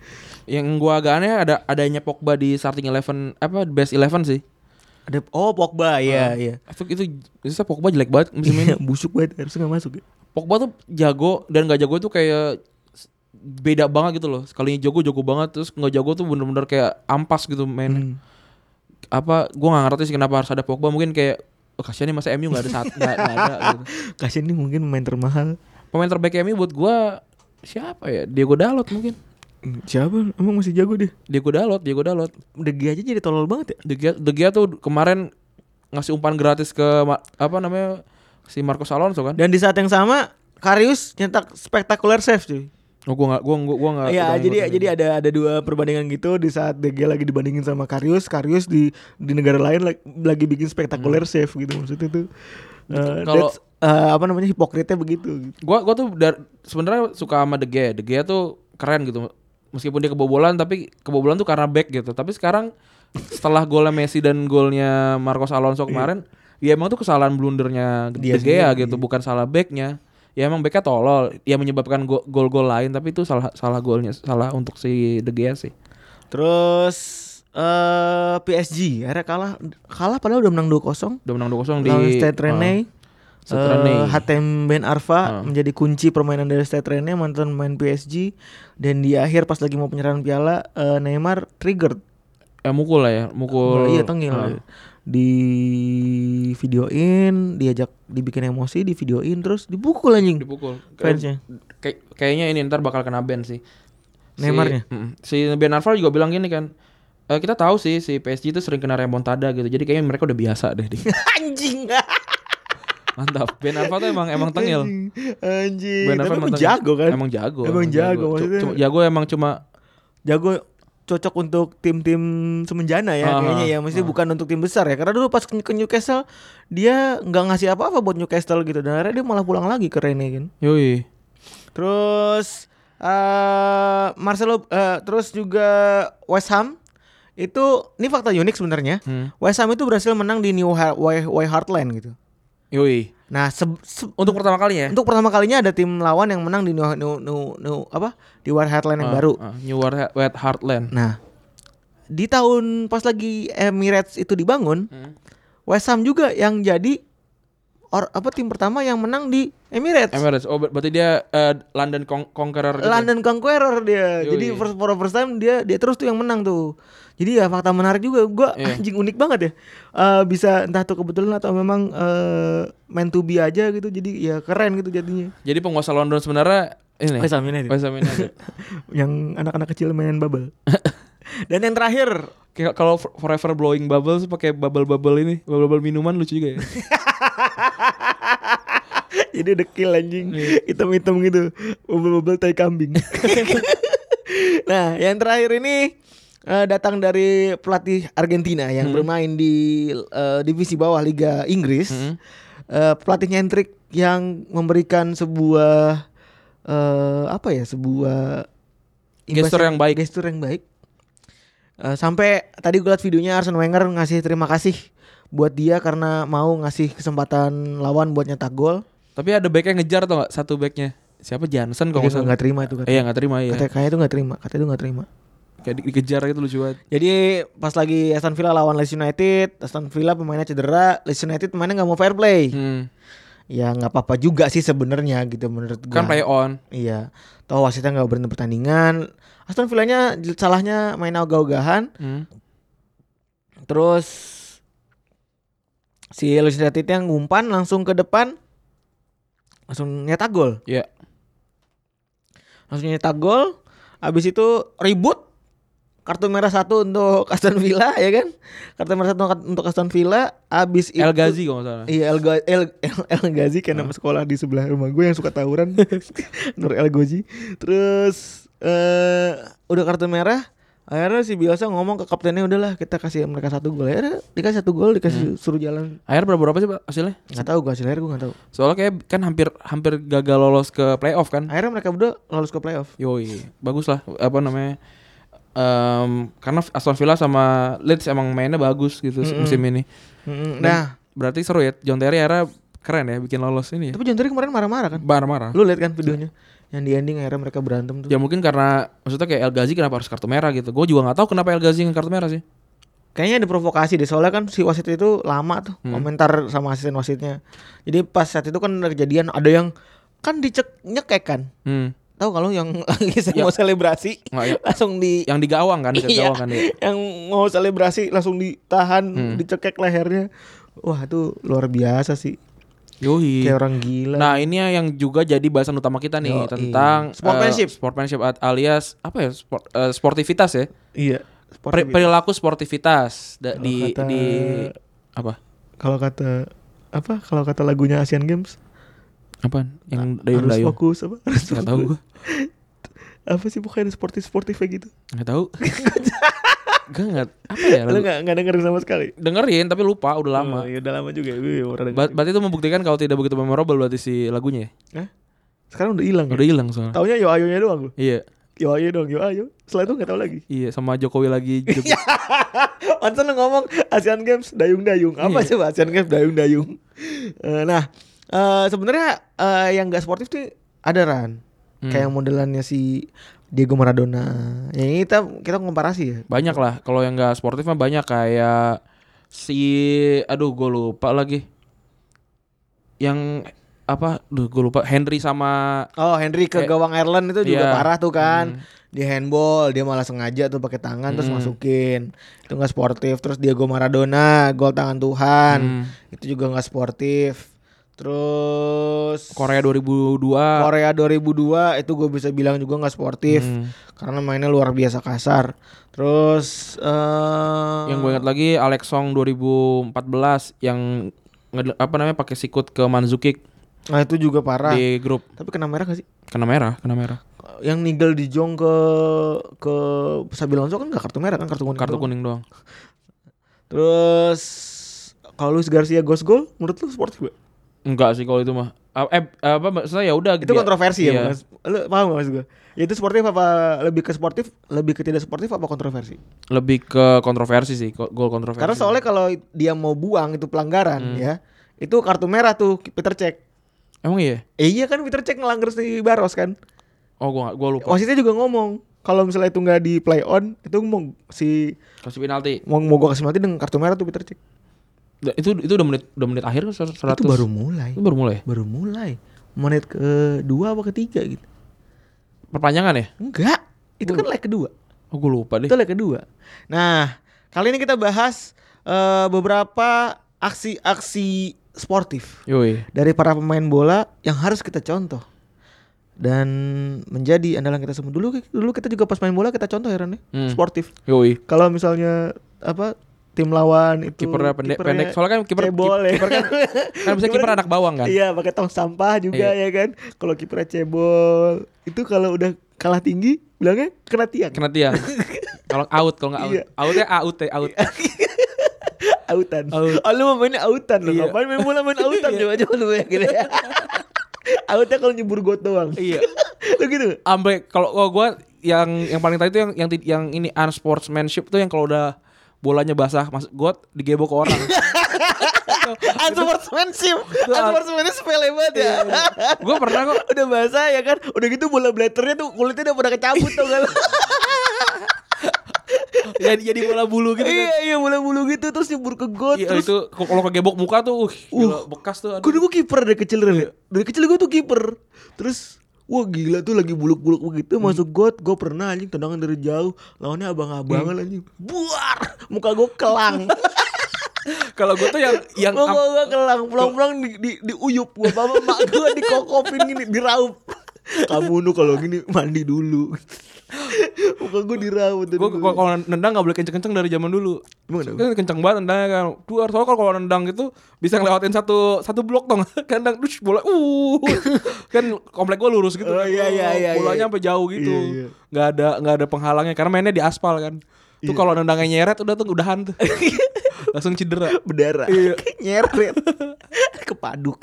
Yang gua agak aneh ada adanya Pogba di starting eleven apa best eleven sih. ada oh Pogba ya iya Itu itu justru Pogba jelek banget musim ini. Iya, busuk banget harusnya nggak masuk ya Pogba tuh jago dan nggak jago tuh kayak s- beda banget gitu loh. Sekalinya jago jago banget terus nggak jago tuh bener-bener kayak ampas gitu main. Hmm. Apa gua nggak ngerti sih kenapa harus ada Pogba mungkin kayak oh, kasihan nih masa MU nggak ada saat nggak nggak ada gitu. kasian nih mungkin main termahal Pemain terbaik MU buat gua siapa ya? Diego Dalot mungkin. Hmm, siapa emang masih jago dia Diego Dalot, Diego Dalot. udah Gea aja jadi tolol banget ya De Gea, De Gea tuh kemarin ngasih umpan gratis ke Ma- apa namanya si Marcos Alonso kan? Dan di saat yang sama Karius nyetak spektakuler save cuy. Oh gua nggak gua gua gua nggak. Iya, udah jadi ngikutin jadi ini. ada ada dua perbandingan gitu di saat DG lagi dibandingin sama Karius, Karius di di negara lain lagi, lagi bikin spektakuler save gitu maksudnya tuh. eh, Kalau- that's, eh, apa namanya hipokritnya begitu. gua gua tuh dar- sebenarnya suka sama De Gea. De Gea tuh keren gitu. Meskipun dia kebobolan tapi kebobolan tuh karena back gitu. Tapi sekarang setelah golnya Messi dan golnya Marcos Alonso kemarin, ya emang tuh kesalahan blundernya De Dia Gea sendiri. gitu, bukan salah backnya. Ya emang backnya tolol, ya menyebabkan go- gol-gol lain tapi itu salah salah golnya, salah untuk si De Gea sih. Terus eh PSG akhirnya kalah kalah padahal udah menang 2-0 Udah menang 2-0 di lawan Stade Rennais. Ah, Stade Rennais. Eh, Hatem Ben Arfa Ah. menjadi kunci permainan dari Stade Rennais mantan main PSG dan di akhir pas lagi mau penyerahan piala eh, Neymar triggered eh mukul lah ya, mukul. iya tengil Ah. di videoin diajak dibikin emosi di videoin terus dipukul anjing dipukul. Kayak- fansnya kayak- kayaknya ini ntar bakal kena ban sih. Si- Neymarnya? Mm, Si, Ben Arfa juga bilang gini kan. "Eh, kita tahu sih si PSG itu sering kena remontada gitu. Jadi kayaknya mereka udah biasa deh. Ding." anjing Mantap. Ben Arfa tuh emang emang tengil. anjing anjing Ben tapi Arfa emang tengil. jago kan Emang jago. Emang jago, Cu- maksudnya- cuma- jago emang cuma jago cocok untuk tim-tim semenjana ya Ah, kayaknya ya mesti bukan untuk tim besar ya karena dulu pas ke ke Newcastle dia nggak ngasih apa-apa buat Newcastle gitu dan akhirnya dia malah pulang lagi ke Rene kan yoi. Terus eh Marcelo eh, terus juga West Ham itu ini fakta unik sebenarnya. Hmm. West Ham itu berhasil menang di New Ha- Way, Way Heartland gitu. Yoi. Nah, se- se- Untuk pertama kalinya ya. untuk pertama kalinya ada tim lawan yang menang di New, New- New- New- apa? Di Way Heartland yang Ah, baru. ah, New War Wet Heartland. Nah, di tahun pas lagi Emirates itu dibangun, Hmm. West Ham juga yang jadi or, apa tim pertama yang menang di Emirates. Emirates. Oh, ber- berarti dia eh, London Con- Conqueror gitu. London Conqueror dia. Yoi. Jadi first for first time dia dia terus tuh yang menang tuh. Jadi ya fakta menarik juga gua Iya. anjing unik banget ya. Eh bisa entah tuh kebetulan atau memang eh, meant to be aja gitu. Jadi ya keren gitu jadinya. Jadi penguasa London sebenarnya ini. Oh, West Ham United. West Ham United. yang anak-anak kecil main bubble. Dan yang terakhir, Kayak kalau for- forever blowing bubbles pakai bubble-bubble ini, bubble-bubble minuman lucu juga ya. jadi dekil anjing, Iya. hitam-hitam gitu, bubble-bubble tai kambing. nah, yang terakhir ini eh, datang dari pelatih Argentina Hmm. yang bermain di eh, divisi bawah Liga Inggris. Hmm. Eh, pelatihnya Hendrik yang memberikan sebuah eh, apa ya, sebuah Gestur imbas- yang baik. gestur yang baik. Eh, sampai tadi gue liat videonya Arsene Wenger ngasih terima kasih buat dia karena mau ngasih kesempatan lawan buat nyetak gol. Tapi ada backnya ngejar tau gak satu backnya Siapa Johnson kalau Dia nggak salah nggak terima itu katanya. Iya nggak terima ya Katanya kayaknya itu nggak terima, katanya itu nggak terima. Kayak di- dikejar gitu lucu banget Jadi pas lagi Aston Villa lawan Leeds United, Aston Villa pemainnya cedera, Leeds United pemainnya nggak mau fair play. hmm. Ya nggak apa-apa juga sih sebenarnya gitu menurut gua. Kan play on Iya. Toh wasitnya nggak berhenti pertandingan. Aston Villanya salahnya main ogah-ogahan. hmm. Terus si Leeds United yang ngumpan langsung ke depan, langsung nyetak gol. Ya langsung nyetak gol. Habis itu ribut kartu merah satu untuk Aston Villa ya kan? Kartu merah satu untuk Aston Villa. Habis itu El Ghazi kalau nggak salah Iya El, Ga- El, El, El Ghazi kayak nama sekolah di sebelah rumah gue yang suka tawuran Nur El Ghazi Terus eh udah kartu merah Akhirnya si Bielsa ngomong ke kaptennya udahlah kita kasih mereka satu gol Akhirnya dikasih satu Hmm. gol dikasih suruh jalan Akhirnya berapa berapa sih Pak, hasilnya? Gak tau gue hasilnya gue gak tau Soalnya kayak kan hampir hampir gagal lolos ke playoff kan Akhirnya mereka berdua lolos ke playoff Yoi Bagus lah Apa namanya Em, Karena Aston Villa sama Leeds emang mainnya bagus gitu Hmm. se- musim ini Mm-mm. Dan Nah Berarti seru ya John Terry akhirnya keren ya bikin lolos ini ya tapi John Terry kemarin marah-marah kan Marah-marah Lu lihat kan videonya yang di ending akhirnya mereka berantem tuh. Ya mungkin karena Maksudnya kayak El Ghazi kenapa harus kartu merah gitu Gue juga gak tahu kenapa El Ghazi yang kartu merah sih Kayaknya ada provokasi deh soalnya kan si wasit itu lama tuh Hmm. komentar sama asisten wasitnya. Jadi pas saat itu kan ada kejadian ada yang kan dicek nyekek kan. hmm. Tahu kalau yang lagi mau selebrasi Ya. Nggak, ya. langsung di Yang di gawang kan Dekat Iya, gawang kan ya Hmm. yang mau selebrasi langsung ditahan dicekek lehernya. Wah itu luar biasa sih. Yoi. Kayak orang gila. Nah ini yang juga jadi bahasan utama kita nih Yoi. tentang Sportmanship. eh, sportmanship at- alias apa ya sport, eh, sportivitas ya iya. Pri- Sportif. perilaku sportivitas da- di kata- di apa Kalau kata apa? Kalau kata lagunya Asian Games apa yang dayung Nah, harus dayung fokus apa? Harus nggak tahu fokus. gue apa sih pokoknya ada sportif sportifnya gitu nggak tahu gue nggak apa ya lu lagu- nggak nggak dengerin sama sekali dengerin tapi lupa udah lama Oh, ya udah lama juga gue baru denger. Ber- berarti itu membuktikan kalau tidak begitu memorable berarti si lagunya ya? Hah? sekarang udah hilang ya? udah hilang soalnya taunya yo ayo nya doang gue iya yo ayo dong yo ayo setelah itu nggak tahu lagi iya sama Jokowi lagi Jog- Onsen lu ngomong Asian Games dayung-dayung apa Iya. coba Asian Games dayung-dayung Eh, nah eh, sebenarnya eh, yang nggak sportif tuh ada ran Hmm. kayak yang modelannya si Diego Maradona yang ini kita kita komparasi ya Banyak lah kalau yang nggak sportif mah banyak kayak si aduh gue lupa lagi. Yang apa? Duh gue lupa Henry sama Oh Henry ke Kayak- gawang Ireland itu juga Eh, Iya. parah tuh kan Dia handball Dia malah sengaja tuh pakai tangan Terus Hmm. masukin Itu gak sportif Terus Diego Maradona Gol tangan Tuhan Hmm. Itu juga gak sportif Terus Korea 2002. Korea 2002 Itu gue bisa bilang juga gak sportif Hmm. Karena mainnya luar biasa kasar Terus eh Yang gue ingat lagi Alex Song 2014 yang ngedel- apa namanya pakai sikut ke Manzukic Nah itu juga parah di grup Tapi kena merah gak sih? kena merah, kena merah. Yang nigel di jong ke Ke Sabi Alonso kan gak kartu merah kan Kartu kuning Kartu doang. kuning doang. Terus kalau Luis Garcia ghost goal menurut lu sportif gak? Enggak sih kalau itu mah. Ah, Eh apa maksudnya ya udah Itu biar- kontroversi iya. ya bukan? Lu paham gak maksud gue? Ya itu sportif apa lebih ke sportif, lebih ke tidak sportif apa kontroversi? Lebih ke kontroversi sih, ko- gol kontroversi. Karena soalnya kalau dia mau buang itu Hmm. pelanggaran ya. Itu kartu merah tuh Peter Cech. Emang iya? Eh, iya kan Peter Cech ngelanggar si Baros kan. Oh, gua nggak- gua lupa. Wasitnya juga ngomong kalau misalnya itu nggak di play on itu mau si Kasih penalti. mau mau gue kasih mati dengan kartu merah tuh Peter Cech. Da- itu itu udah menit udah menit akhir ser- 100. Itu baru mulai. Itu baru mulai. Baru mulai. Menit kedua apa ketiga gitu. Perpanjangan ya? Enggak. Itu kan leg kedua. Oh, gue lupa deh. Itu leg kedua. Nah, kali ini kita bahas eh, beberapa aksi-aksi sportif Yoi. dari para pemain bola yang harus kita contoh. dan menjadi andalan kita semua dulu dulu kita juga pas main bola kita contoh ya Ran ya, Hmm. sportif Yoi. kalau misalnya apa tim lawan itu Kipernya pendek- pendek. Soalnya kan kiper- cebol ya. kiper kan- kan bisa kiper anak bawang kan? Iya. iya pakai tong sampah juga ya kan kalau kipernya cebol itu kalau udah kalah tinggi bilangnya kena tiang Kena tiang. kalau out kalau nggak out. Iya. Outnya out ya out. autan Out. oh lu mau mainnya autan lu Iya. ngapain main bola main autan coba coba lu bayangin ya outnya kalau nyebur got doang Iya. lu gitu Ampe kalau kalau gua yang yang paling tadi itu yang yang ti- yang ini unsportsmanship tuh yang kalau udah bolanya basah masuk got digebok ke orang. Unsportsmanship Unsportsmanship sepele banget ya gua pernah kok Udah basah ya kan Udah gitu bola blaternya tuh Kulitnya udah pada kecabut tau gak lu? jadi jadi bola bulu gitu kan. Iya iya bola bulu gitu Terus nyebur ke got Iya, Terus itu kalau kegebok muka tuh uh, gila, bekas tuh. aduh. Gue dulu kiper dari kecil Rel, ya. Dari kecil gue tuh kiper. Terus wah gila tuh lagi buluk-buluk begitu masuk got. Gue pernah anjing tendangan dari jauh. Lawannya abang-abangan anjing. Buar, muka gue kelang. Kalau gua tuh yang yang muka gue kelang, pulang-pulang di, di, diuyup gue sama mak gue dikokopin gini, diraup. Kamu nu kalau gini mandi dulu. muka gue diraup tuh. gue kalau nendang gak boleh kenceng-kenceng dari zaman dulu. Emang kenapa? Kan kenceng banget nendangnya kan. Dua soalnya kalau kalau nendang gitu bisa ngelewatin satu satu blok dong. Kan nendang dus bola uh. kan komplek gue lurus gitu. kan. Oh, iya, iya, iya, Bolanya iya. sampai jauh gitu. Iya, iya. Nggak ada nggak ada penghalangnya karena mainnya di aspal kan. Tuh Iya. kalau nendangnya nyeret udah tuh udahan tuh. Langsung cedera. berdarah, Iya. nyeret, kepaduk.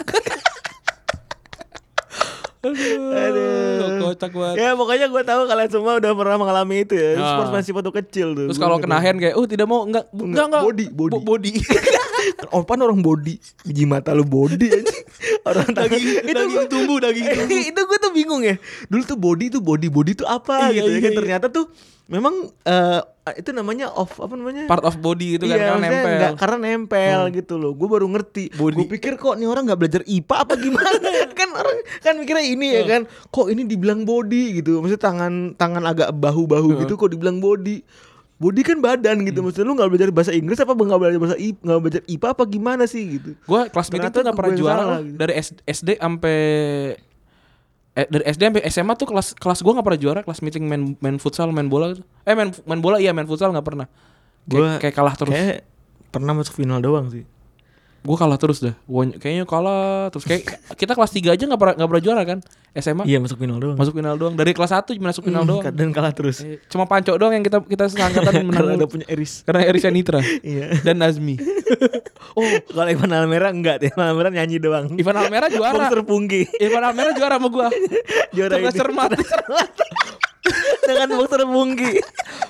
Aduh, kocak banget. Ya pokoknya gue tahu kalian semua udah pernah mengalami itu ya. Nah. Sportsmanship waktu kecil tuh. Terus Gua kalau ngerti. kena hand kayak, oh tidak mau, enggak, enggak, enggak. Body, body. Bo- body. Opan Kan orang body, biji mata lu body aja. Orang tangan Daging- daging gua- tumbuh, daging tumbuh. itu gue tuh bingung ya. Dulu tuh body tuh body body tuh apa Iya, gitu ya iya, kan iya. ternyata tuh memang eh, itu namanya off apa namanya? Part of body gitu kan, Iya, karena maksudnya nempel. Hmm. nggak- karena nempel gitu loh. Gue baru ngerti. Body. Gue pikir kok nih orang nggak belajar IPA apa gimana? kan orang kan mikirnya ini Hmm. ya kan. Kok ini dibilang body gitu. Maksudnya tangan tangan agak Hmm. bahu-bahu gitu kok dibilang body. Body kan badan gitu. Maksudnya lu nggak belajar bahasa Inggris apa nggak belajar bahasa IPA, nggak belajar IPA apa gimana sih gitu. Gue kelas meeting Ternyata tuh gak gua pernah yang juara salah loh. gitu. Dari S- SD sampai eh, dari SD sampai SMA tuh kelas kelas gue gak pernah juara kelas meeting main main futsal main bola gitu. eh main main bola iya main futsal gak pernah Kayak- Gua- kayak kalah terus Kayak pernah masuk final doang sih. gue kalah terus dah Gua, kayaknya kalah terus kayak kita kelas 3 aja gak pernah gak pernah juara kan SMA Iya masuk final doang. masuk final doang dari kelas 1 masuk final doang Hmm, Dan kalah terus. Eh, cuma panco doang yang kita kita seangkatan menang Karena mulu. udah punya Eris. karena Erisya Nitra Iya. dan Nazmi Oh, kalau Ivan Almera enggak deh. Ivan Almera nyanyi doang. Ivan Almera juara Iya, Boxer Pungki. Ivan Almera juara sama gue Juara cerdas ini. cermat dengan boxer Bungki.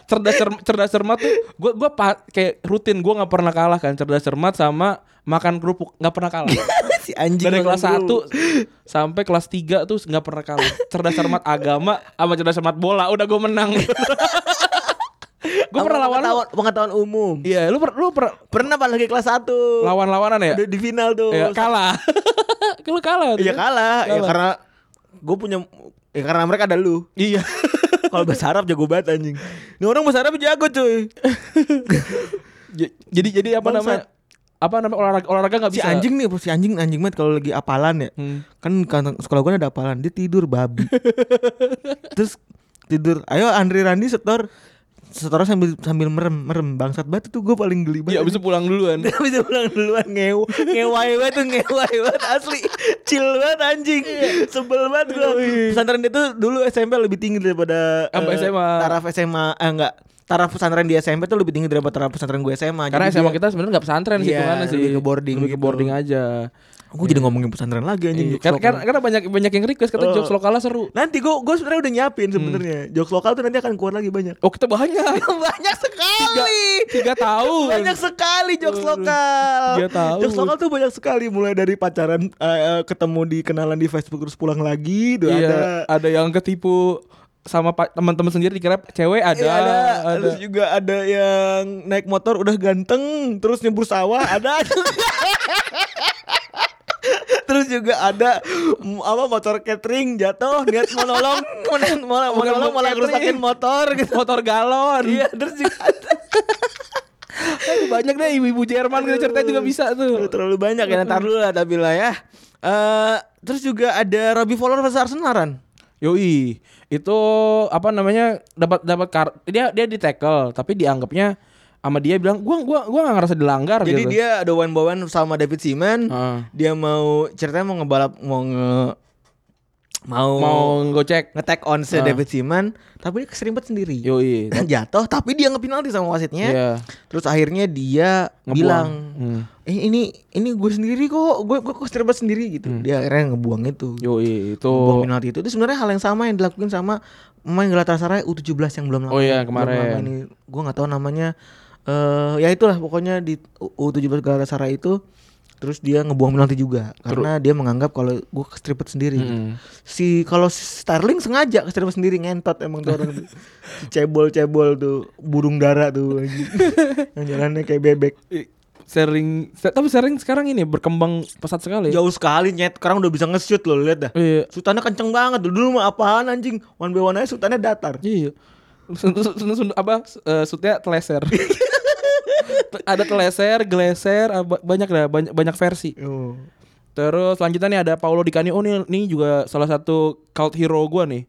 cerdas cerm- cerdas cermat tuh gue gue kayak rutin gue nggak pernah kalah kan cerdas cermat sama makan kerupuk nggak pernah kalah si anjing dari makan kelas dulu. 1 sampai kelas 3 tuh nggak pernah kalah cerdas cermat agama sama cerdas cermat bola udah gue menang gue Sama pernah lawan lu pengetahuan, pengetahuan umum. iya lu per, lu per, Pernah pas lagi kelas 1. lawan lawanan ya Udah di final tuh. Iya, kalah lu kalah tuh Iya kan? kalah. Ya Kalah. karena gue punya ya karena mereka ada lu. iya Kalau bahasa Arab jago banget anjing. Ini orang bahasa Arab jago cuy. J- jadi jadi apa Bangsat. namanya apa namanya olahraga olahraga nggak si bisa anjing nih si anjing anjing banget kalau lagi apalan ya Hmm. kan kan sekolah gue ada apalan dia tidur babi terus tidur ayo Andri Randi setor setor sambil sambil merem merem bangsat banget tuh gue paling geli iya banget bisa pulang duluan Dia bisa pulang duluan ngew ngewai banget tuh ngewai banget asli chill banget anjing Iya. sebel banget gue pesantren itu dulu SMP lebih tinggi daripada Apa eh, SMA? taraf SMA eh, enggak taraf pesantren di SMP tuh lebih tinggi daripada taraf pesantren gue SMA Karena Jadi SMA dia- kita sebenarnya nggak pesantren sih Iya, hitungannya sih. lebih ke boarding lebih ke gitu. boarding aja. gue jadi ngomongin pesantren lagi anjing Iya, jokes kan, lokal. kan, karena banyak banyak yang request kata Oh. jokes lokalnya seru. Nanti gue gue sebenarnya udah nyiapin Hmm. sebenarnya. Jokes lokal tuh nanti akan keluar lagi banyak. Oh kita banyak. banyak sekali. Tiga tahun. Banyak sekali jokes Aduh, lokal. tiga tahun. Jokes lokal tuh banyak sekali mulai dari pacaran eh, eh, ketemu di kenalan di Facebook terus pulang lagi tuh Iya, ada. ada. yang ketipu sama pa- teman-teman sendiri dikira cewek ada. Iya, ada. ada. Terus juga ada yang naik motor udah ganteng terus nyebur sawah ada. Terus juga ada mm, apa motor catering jatuh niat monolong men- mola- Bukan monolong motor malah catering. ngerusakin motor gitu. Motor galon. Iya kan terus juga ada Aduh, banyak deh ibu-ibu Jerman gitu, kita cerita juga bisa Aduh, tuh. Terlalu banyak ya ntar dulu lah tapi lah ya Eh, Terus juga ada Robbie Fowler versus Arsenal Ran Yoi, itu apa namanya dapat dapat kar dia dia di tackle tapi dianggapnya sama dia bilang gua gua gua gak ngerasa dilanggar Jadi gitu. dia ada one by one sama David Seaman. Heeh. Dia mau ceritanya mau ngebalap mau nge mau, mau mau ngocek. ngetek on si Ah. David Seaman, tapi dia keserimpet sendiri. Kan Yoi. Jatuh tapi dia ngepenalti sama wasitnya. Iya. Terus akhirnya dia Ngebuang. bilang, Hmm. "Eh ini ini gue sendiri kok, gue gue keserimpet sendiri gitu." Dia akhirnya ngebuang itu. Yoi, itu Buang penalti itu itu sebenarnya hal yang sama yang dilakukan sama pemain Galatasaray U17 yang belum lama. Oh iya, belum kemarin. lama ini gua nggak tahu namanya. eh ya itulah pokoknya di U- U17 Galatasaray itu terus dia ngebuang penalti juga karena dia menganggap kalau gua kestripet sendiri. gitu. Mm. Si kalau si Sterling sengaja kestripet sendiri ngentot emang tuh orang tuh. Si cebol-cebol tuh burung dara tuh anjing. yang jalannya kayak bebek. sering se- tapi sering sekarang ini berkembang pesat sekali. Jauh sekali nyet, sekarang udah bisa nge-shoot loh lihat dah. Iya. Sutannya kenceng banget dulu, dulu mah apaan anjing One by one aja sutannya datar Iya. Sun- sun- sun- sun- apa eh, shootnya teleser. Te- ada teleser, geleser, ah, ba- banyak dah, banyak banyak versi. Yo. Terus selanjutnya nih ada Paolo Di Canio. Oh nih, nih juga salah satu cult hero gua nih.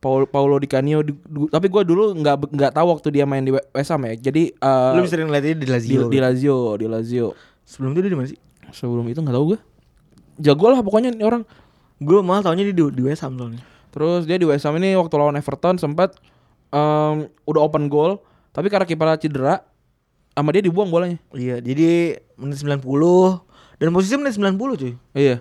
Paul- Paolo Di Canio. Di- du- tapi gua dulu nggak be- nggak tahu waktu dia main di We- West Ham ya. Jadi eh, Lu sering lihat ini di di, Lazio ya? di Lazio, di Lazio. Sebelum itu dia di mana sih? Sebelum itu nggak tahu gua. Jago lah pokoknya nih orang. Gue malah taunya dia di, di West Ham soalnya Terus dia di West Ham ini waktu lawan Everton sempat em, udah open goal, tapi karena kipernya cedera sama dia dibuang bolanya. Iya jadi menit 90 Dan posisi menit 90 cuy Iya.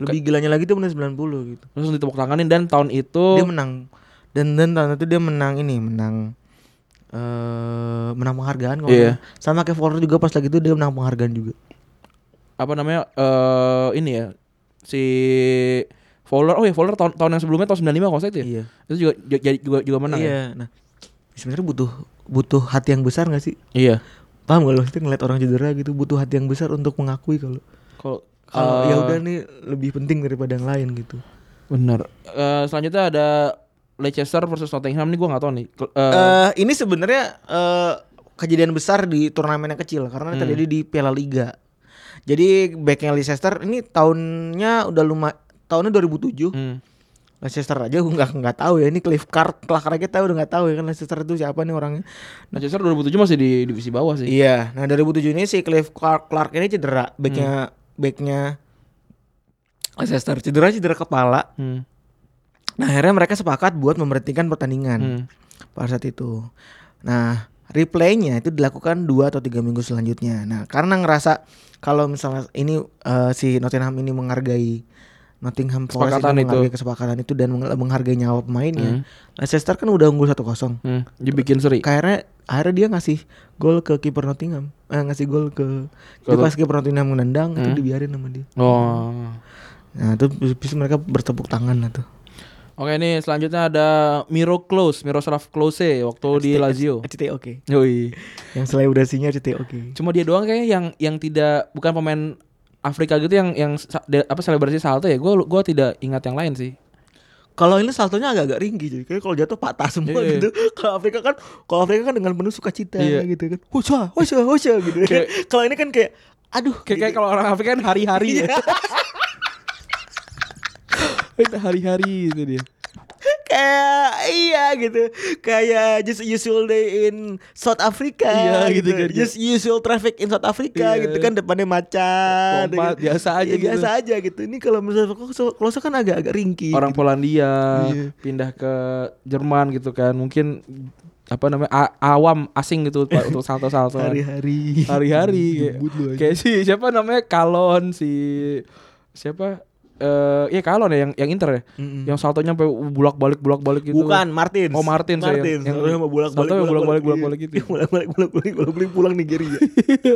Lebih gilanya lagi tuh menit 90 gitu Terus ditepuk tanganin dan tahun Dia itu menang Dan dan tahun itu dia menang ini Menang eh menang penghargaan kalau Iya. nggak salah. sama kayak Fowler juga pas lagi itu dia menang penghargaan juga apa namanya eh ini ya si Fowler. Oh ya Fowler tahun tahun yang sebelumnya tahun 95 kalau nggak salah itu ya. iya Itu juga ju- jadi juga juga menang ya. iya nah sebenarnya butuh butuh hati yang besar gak sih Iya. paham gak lo maksudnya ngeliat orang cedera gitu butuh hati yang besar untuk mengakui kalau Kalau kalau eh, ya udah nih lebih penting daripada yang lain gitu benar. Eh, selanjutnya ada Leicester versus Nottingham nih gua nggak tahu nih. Kel- eh, Eh, ini sebenarnya eh, kejadian besar di turnamen yang kecil karena terjadi di Piala Liga jadi backnya Leicester ini tahunnya udah lumayan tahunnya 2007 hmm. Leicester aja gue nggak nggak tahu ya ini Cliff Card kelakar kita udah nggak tahu ya kan Leicester itu siapa nih orangnya Leicester 2007 masih di divisi bawah sih. Iya, nah 2007 ini si Cliff Clark, Clark ini cedera, backnya backnya Hmm. Leicester cedera cedera kepala. Hmm. Nah akhirnya mereka sepakat buat memberhentikan pertandingan Hmm. pada saat itu. Nah replaynya itu dilakukan dua atau tiga minggu selanjutnya. Nah karena ngerasa kalau misalnya ini eh, si Nottingham ini menghargai Nottingham Forest Kesepakatan ini itu. menghargai kesepakatan itu dan meng- menghargai nyawa pemainnya. Leicester kan udah unggul 1-0 Hmm. Dibikin seri. akhirnya akhirnya dia ngasih gol ke kiper Nottingham eh, ngasih gol ke jadi Gol. pas kiper Nottingham menendang itu dibiarin sama dia Oh. nah itu bisa mereka bertepuk tangan lah tuh Oke nih selanjutnya ada Miro Klose, Miroslav Klose waktu di Lazio. CT oke Yoi. yang selebrasinya CT oke Cuma dia doang kayaknya yang yang tidak bukan pemain Afrika gitu yang yang sa- de- apa selebrasi salto ya. Gua gua tidak ingat yang lain sih. kalau ini saltonya agak-agak ringgi jadi kayak kalau jatuh patah semua Iya. gitu kalau Afrika kan kalau Afrika kan dengan penuh sukacita Iya. gitu kan husha husha husha gitu ya. kalau ini kan kayak aduh Kayak kayak gitu. kalau orang Afrika kan hari-hari ya. Iya. Itu hari-hari itu dia. kayak iya gitu kayak just usual day in South Africa Iya, gitu kan. just usual traffic in South Africa Iya. gitu kan depannya macan Pompa, gitu. biasa aja Iya, gitu. biasa aja gitu ini kalau misalnya kalau kalau kan agak-agak gitu. ringki Orang Polandia Iya. pindah ke Jerman gitu kan. Mungkin apa namanya a- awam asing gitu untuk salto-salto. hari-hari hari-hari kayak- Jembut lu aja. kayak si siapa namanya Kalon si siapa eh iya Kalon ya yang yang Inter ya Mm-mm. yang saltonya sampai bulak balik bulak balik gitu bukan Martin Oh, Martins, saya. Martin Yang- yang udah mau bolak balik Satu yang bolak-balik, bolak-balik gitu. bolak balik bolak balik bolak balik pulang ya. Nigeria gitu.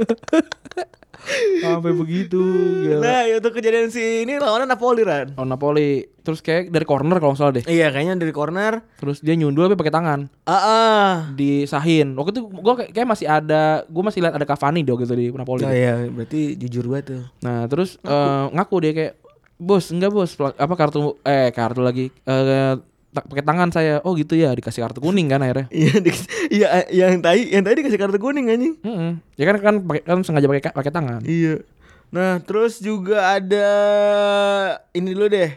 sampai begitu gila. nah itu kejadian si ini lawannya Napoli Ran Oh Napoli terus kayak dari corner kalau nggak salah deh iya kayaknya dari corner terus dia nyundul tapi pakai tangan ah ah di Sahin waktu itu gue kayak masih ada gue masih lihat ada Cavani dong gitu di Napoli Oh iya, berarti jujur banget tuh. Nah terus eh, ngaku. dia kayak bos enggak bos pel- apa kartu eh kartu lagi eh ta- pakai tangan saya oh gitu ya dikasih kartu kuning kan akhirnya Iya, di- iya eh, yang tadi yang tadi dikasih kartu kuning anjing. Mm-mm. ya kan kan pakai kan sengaja pakai ka- pakai tangan Iya. Nah, terus juga ada ini dulu deh.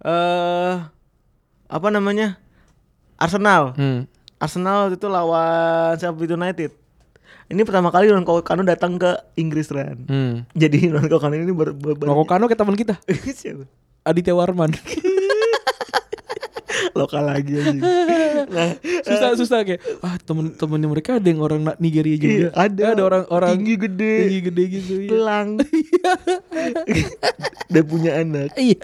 Eh apa namanya Arsenal Hmm. Arsenal waktu itu lawan Sheffield United ini pertama kali Ron Kano datang ke Inggris Ran Hmm. jadi Ron Kano ini ber, ber, ber- Rokokano kayak teman kita, Siapa? Aditya Warman. lokal lagi anjing. nah susah susah kayak ah temen-temennya mereka ada yang orang na- Nigeria juga. Iya, ada. ada orang-orang Tinggi gede. tinggi gede gitu. Iya. pelang udah punya anak Iya.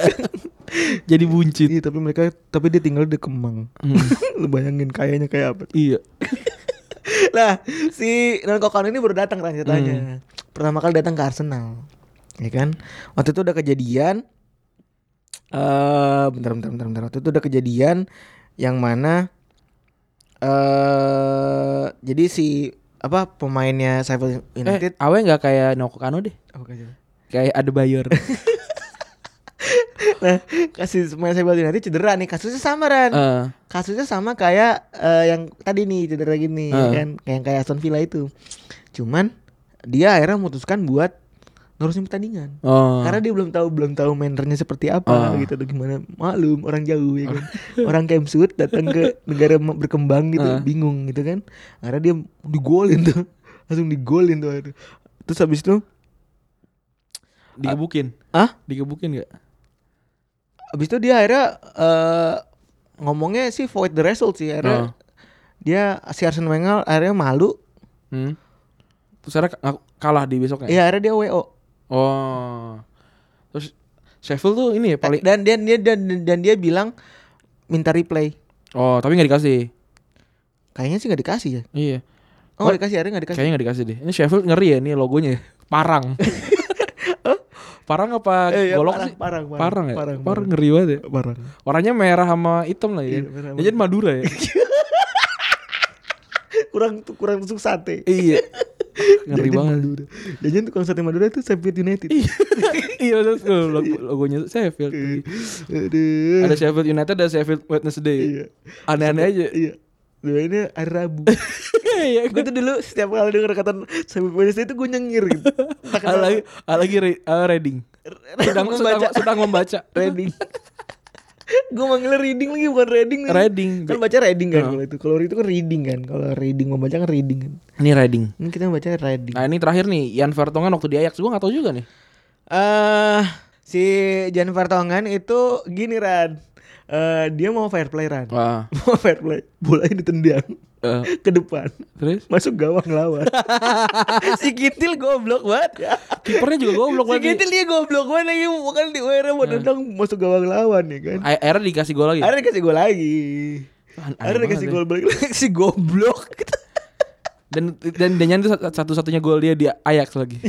Jadi buncit. Hmm. Iya tapi mereka tapi dia tinggal di Kemang. Lu bayangin kayaknya kayak apa? Iya. Nah si Nangkokan ini baru datang kan Hmm. ceritanya. Pertama kali datang ke Arsenal, ya kan? Waktu itu udah kejadian. Eh bentar, bentar bentar bentar. Waktu itu udah kejadian yang mana eh jadi si apa pemainnya Sheffield Eh, United awe nggak kayak Rokokano deh. Apa kayaknya? Kayak ada Bayor. nah kasih pemain Sheffield United cedera nih kasusnya sama Ran Eh, kasusnya sama kayak eh, yang tadi nih cedera gini ya Heeh. kan kayak yang kayak Aston Villa itu cuman dia akhirnya memutuskan buat ngurusin pertandingan oh. karena dia belum tahu belum tahu mainernya seperti apa Ah. gitu atau gimana maklum orang jauh ya kan orang kemsut datang ke negara ma- Ah. berkembang gitu bingung gitu kan karena dia digolin tuh langsung digolin tuh akhirnya. terus habis itu digebukin. ah Digebukin nggak? habis itu dia akhirnya eh, ngomongnya sih void the result sih Ah. akhirnya dia si Arsene Wenger akhirnya malu Hmm. Terus akhirnya ka- kalah di besoknya. Iya, akhirnya dia WO. Oh. Terus Sheffield tuh ini ya paling Dan dia, dia dan, dan dia bilang minta replay. Oh, tapi nggak dikasih. Kayaknya sih nggak dikasih ya. Iya. Oh, What? nggak dikasih, akhirnya nggak dikasih. Kayaknya nggak dikasih deh. Ini Sheffield ngeri ya nih logonya. Parang. parang apa Eh, iya, golok parang, sih? parang, parang, ya. parang, Parang, parang. ngeri banget ya. Barang. Warnanya merah sama hitam lah ya. Iya, merah sama Ya, jadi Madura ya. Kurang kurang tusuk sate. iya. Ngeri Jajan banget. Madura. Jajan tukang sate Madura itu Sheffield United. iya, terus tuh logo- logonya Sheffield. Iya. Aduh. Ada Sheffield United, ada Sheffield Iya. Wednesday. Aneh-aneh aja. Iya. Dua ini hari Rabu. Iya. gue tuh dulu setiap kali denger kata Sheffield Wednesday itu gue nyengir gitu. Tak kenal. Ah, Lagi lagi re- eh, reading. Sedang sedang, membaca. sedang membaca. reading. gue manggilnya reading lagi bukan reading. lagi. Reading. Kan baca reading kan kalau itu. Kalau itu kan reading kan. Kalau reading membaca kan reading kan. Ini reading. Ini kita baca reading. Eh Nah ini terakhir nih Ian Vertonghen waktu di Ajax gue gak tahu juga nih. Eh, si Jan Vertonghen itu gini Ran. Eh dia mau fair play Ran. Wah. Mau fair play. Bolanya ditendang Eh, ke depan. terus Masuk gawang lawan. si Kintil goblok banget. ya. kipernya juga goblok si lagi. Kintil dia goblok banget lagi bukan di WR mau tendang masuk gawang lawan ya kan. A- Akhirnya dikasih gol lagi. Akhirnya dikasih gol lagi. An- aneh Akhirnya dikasih banget gol balik lagi si goblok. Dan dan dan itu satu-satunya gol dia di Ajax lagi.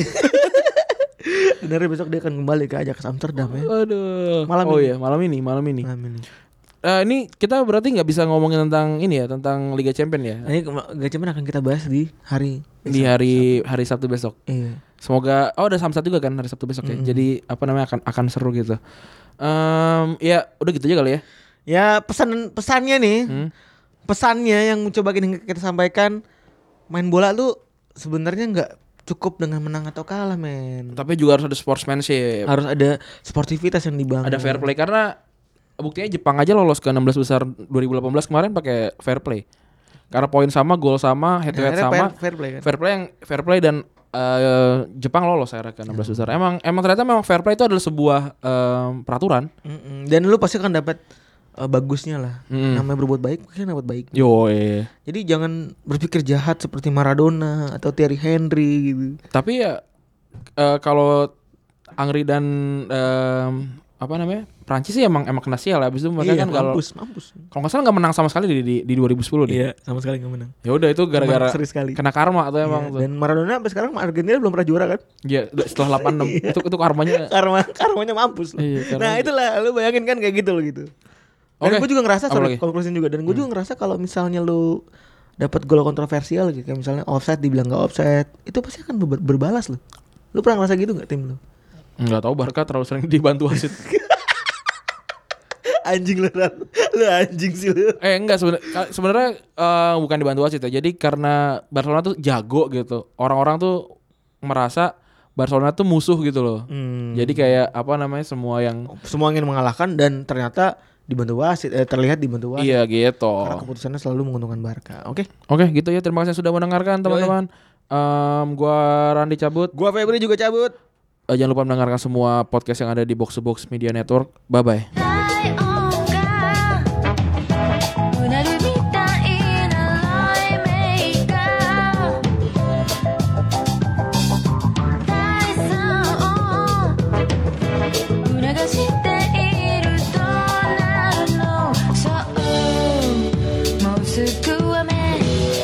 Dan hari besok dia akan kembali ke Ajax Amsterdam ya. Aduh. Malam oh ini. Nah. iya malam ini malam ini. Malam ini. Eh, ini kita berarti nggak bisa ngomongin tentang ini ya tentang Liga Champions ya Ini gak cuman akan kita bahas di hari di hari hari Sabtu besok. Iya. Semoga oh ada Samsat juga kan hari Sabtu besok ya. Jadi apa namanya akan akan seru gitu. Em, ya udah gitu aja kali ya. Ya pesan pesannya nih. Hmm? Pesannya yang coba kita, kita sampaikan main bola tuh sebenarnya nggak cukup dengan menang atau kalah men. Tapi juga harus ada sportsmanship. Harus ada sportivitas yang dibangun. ada fair play karena buktinya Jepang aja lolos ke 16 besar 2018 kemarin pakai fair play. Karena poin sama, gol sama, head to head Akhirnya sama. fair- fair play kan? Fair play yang fair play dan eh, Jepang lolos akhirnya ke 16 besar. Emang emang ternyata memang fair play itu adalah sebuah em, peraturan. Mm-mm. Dan lu pasti akan dapat eh, bagusnya lah. Mm. Namanya berbuat baik mungkin dapat baik. Yo, Jadi jangan berpikir jahat seperti Maradona atau Thierry Henry gitu. Tapi ya eh, kalau Angri dan em, apa namanya? Prancis sih emang emang kena sial ya. Abis itu mereka Iya, kan kalau mampus, mampus. kalau nggak salah nggak menang sama sekali di di, di 2010 deh. Iya, sama sekali gak menang. Ya udah itu gara-gara Seri sekali. Iya, kena karma atau emang tuh. Dan Maradona sampai sekarang Argentina belum pernah juara kan? Iya, udah setelah 86 itu itu karmanya. Karma karmanya mampus loh. Iya, karma- nah, itulah lu bayangin kan kayak gitu loh gitu. Dan Oke. gue juga ngerasa Apa sorry, lagi? konklusin juga dan gue juga ngerasa kalau misalnya lu dapat gol kontroversial gitu kayak misalnya offside dibilang gak offside, itu pasti akan ber- berbalas loh. Lu pernah ngerasa gitu gak tim lu? Enggak tahu Barca terlalu sering dibantu wasit. anjing lu, Ran. lu anjing sih lu. eh enggak sebenar- ka- sebenarnya eh, bukan dibantu wasit ya. Jadi karena Barcelona tuh jago gitu. Orang-orang tuh merasa Barcelona tuh musuh gitu loh. Hmm. Jadi kayak apa namanya semua yang Semua ingin mengalahkan dan ternyata dibantu wasit eh, terlihat dibantu wasit Iya gitu. karena keputusannya selalu menguntungkan Barca. Oke. Oke gitu ya. Terima kasih sudah mendengarkan teman-teman. Em, gua Randi cabut. Gua Febri juga cabut. Eh, jangan lupa mendengarkan semua podcast yang ada di Box to Box Media Network. Bye bye. La